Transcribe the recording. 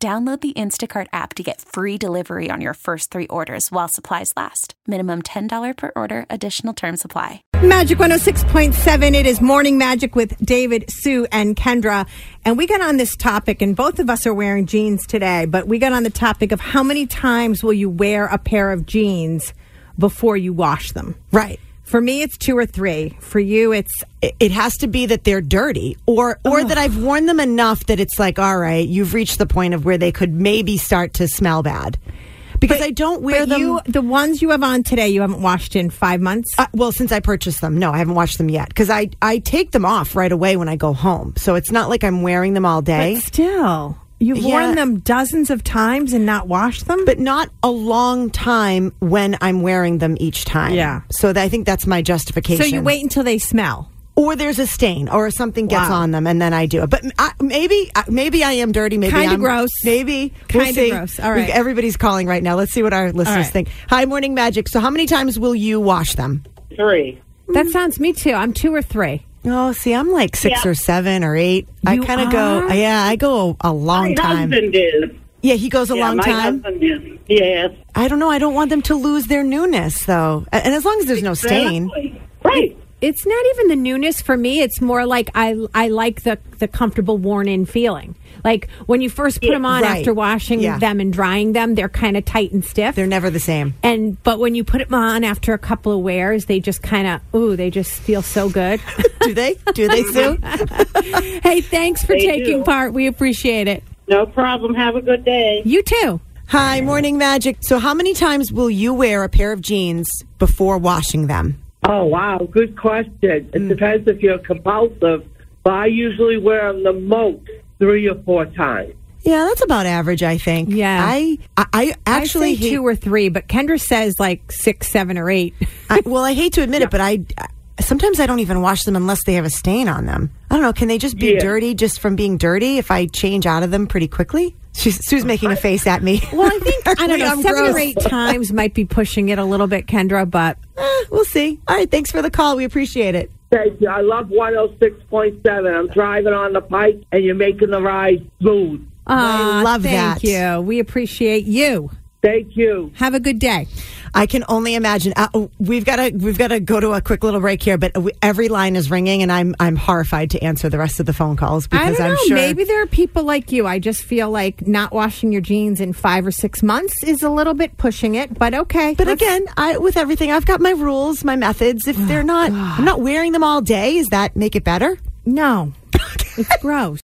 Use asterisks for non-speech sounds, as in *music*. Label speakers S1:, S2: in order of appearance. S1: Download the Instacart app to get free delivery on your first three orders while supplies last. Minimum $10 per order, additional term supply.
S2: Magic 106.7. It is Morning Magic with David, Sue, and Kendra. And we got on this topic, and both of us are wearing jeans today, but we got on the topic of how many times will you wear a pair of jeans before you wash them?
S3: Right.
S2: For me, it's two or three. For you, it's
S3: It it has to be that they're dirty or or that I've worn them enough that it's like, all right, you've reached the point of where they could maybe start to smell bad. Because I don't wear
S2: but
S3: them.
S2: You, the ones you have on today, you haven't washed in five months.
S3: Uh, well, since I purchased them, no, I haven't washed them yet because I, I take them off right away when I go home. So it's not like I'm wearing them all day.
S2: But still, you've worn
S3: Yeah.
S2: them dozens of times and not washed them.
S3: but not a long time when I'm wearing them each time.
S2: Yeah.
S3: So that, I think that's my justification.
S2: so you wait until they smell.
S3: or there's a stain, or something gets
S2: Wow.
S3: on them, and then I do it. But I, maybe, I- maybe I am dirty. Maybe
S2: Kinda
S3: I'm
S2: gross.
S3: Maybe
S2: Kinda
S3: we'll see.
S2: gross. All right.
S3: Everybody's calling right now. Let's see what our listeners
S2: right.
S3: think. Hi, Morning Magic. So, how many times will you wash them?
S4: Three.
S2: That sounds me too. I'm two or three.
S3: Oh, see, I'm like six
S4: Yeah.
S3: or seven or eight. I
S2: You
S3: kind of
S2: are?
S3: go. Yeah, I go a long
S4: My
S3: time.
S4: husband is.
S3: Yeah, he goes a
S4: Yeah,
S3: long
S4: my
S3: time.
S4: husband is. Yes.
S3: I don't know. I don't want them to lose their newness, though. A- And as long as there's no stain,
S4: Right.
S5: it's not even the newness for me. It's more like I I like the the comfortable worn in feeling. Like when you first put them on
S3: right.
S5: after washing
S3: Yeah.
S5: them and drying them, they're kind of tight and stiff.
S3: they're never the same.
S5: and but when you put them on after a couple of wears, they just kind of ooh, they just feel so good.
S3: Do they? Do
S2: *laughs*
S3: they, Sue?
S5: hey, thanks for
S4: They
S5: taking
S4: do.
S5: part. We appreciate it.
S4: No problem. Have a good day.
S5: You too.
S3: Hi, Morning Magic. So, how many times will you wear a pair of jeans before washing them?
S6: Oh, wow. Good question. It depends if you're compulsive, but I usually wear them the most three or four times.
S3: Yeah, that's about average, I think.
S5: Yeah.
S3: I I, I actually
S5: I say
S3: hate,
S5: two or three, but Kendra says like six, seven, or eight.
S3: I, well, I hate to admit it, but I, I- sometimes I don't even wash them unless they have a stain on them. I don't know. Can they just be
S6: Yeah.
S3: dirty just from being dirty? If I change out of them pretty quickly, She's, Sue's making a face at me.
S5: Well, I think *laughs*
S3: *laughs*
S5: I don't know.
S3: I'm
S5: seven or
S3: gross.
S5: eight times might be pushing it a little bit, Kendra, but
S3: Eh, we'll see. All right, thanks for the call. We appreciate it.
S6: Thank you. I love 106.7. I'm driving on the pike, and you're making the ride smooth.
S3: I
S5: Aw,
S3: love
S5: Ah, thank
S3: that.
S5: you. We appreciate you.
S6: Thank you.
S5: Have a good day.
S3: I can only imagine. Uh, we've got to we've got to go to a quick little break here, but we, every line is ringing, and I'm I'm horrified to answer the rest of the phone calls
S5: I
S3: because
S5: don't
S3: am
S5: know.
S3: sure
S5: Maybe there are people like you. I just feel like not washing your jeans in five or six months is a little bit pushing it, but okay.
S3: But
S5: Let's- Oh,
S3: again, I with everything, I've got my rules, my methods. If they're not, I'm not wearing them all day. Is that make it better? *laughs*
S5: no, it's gross.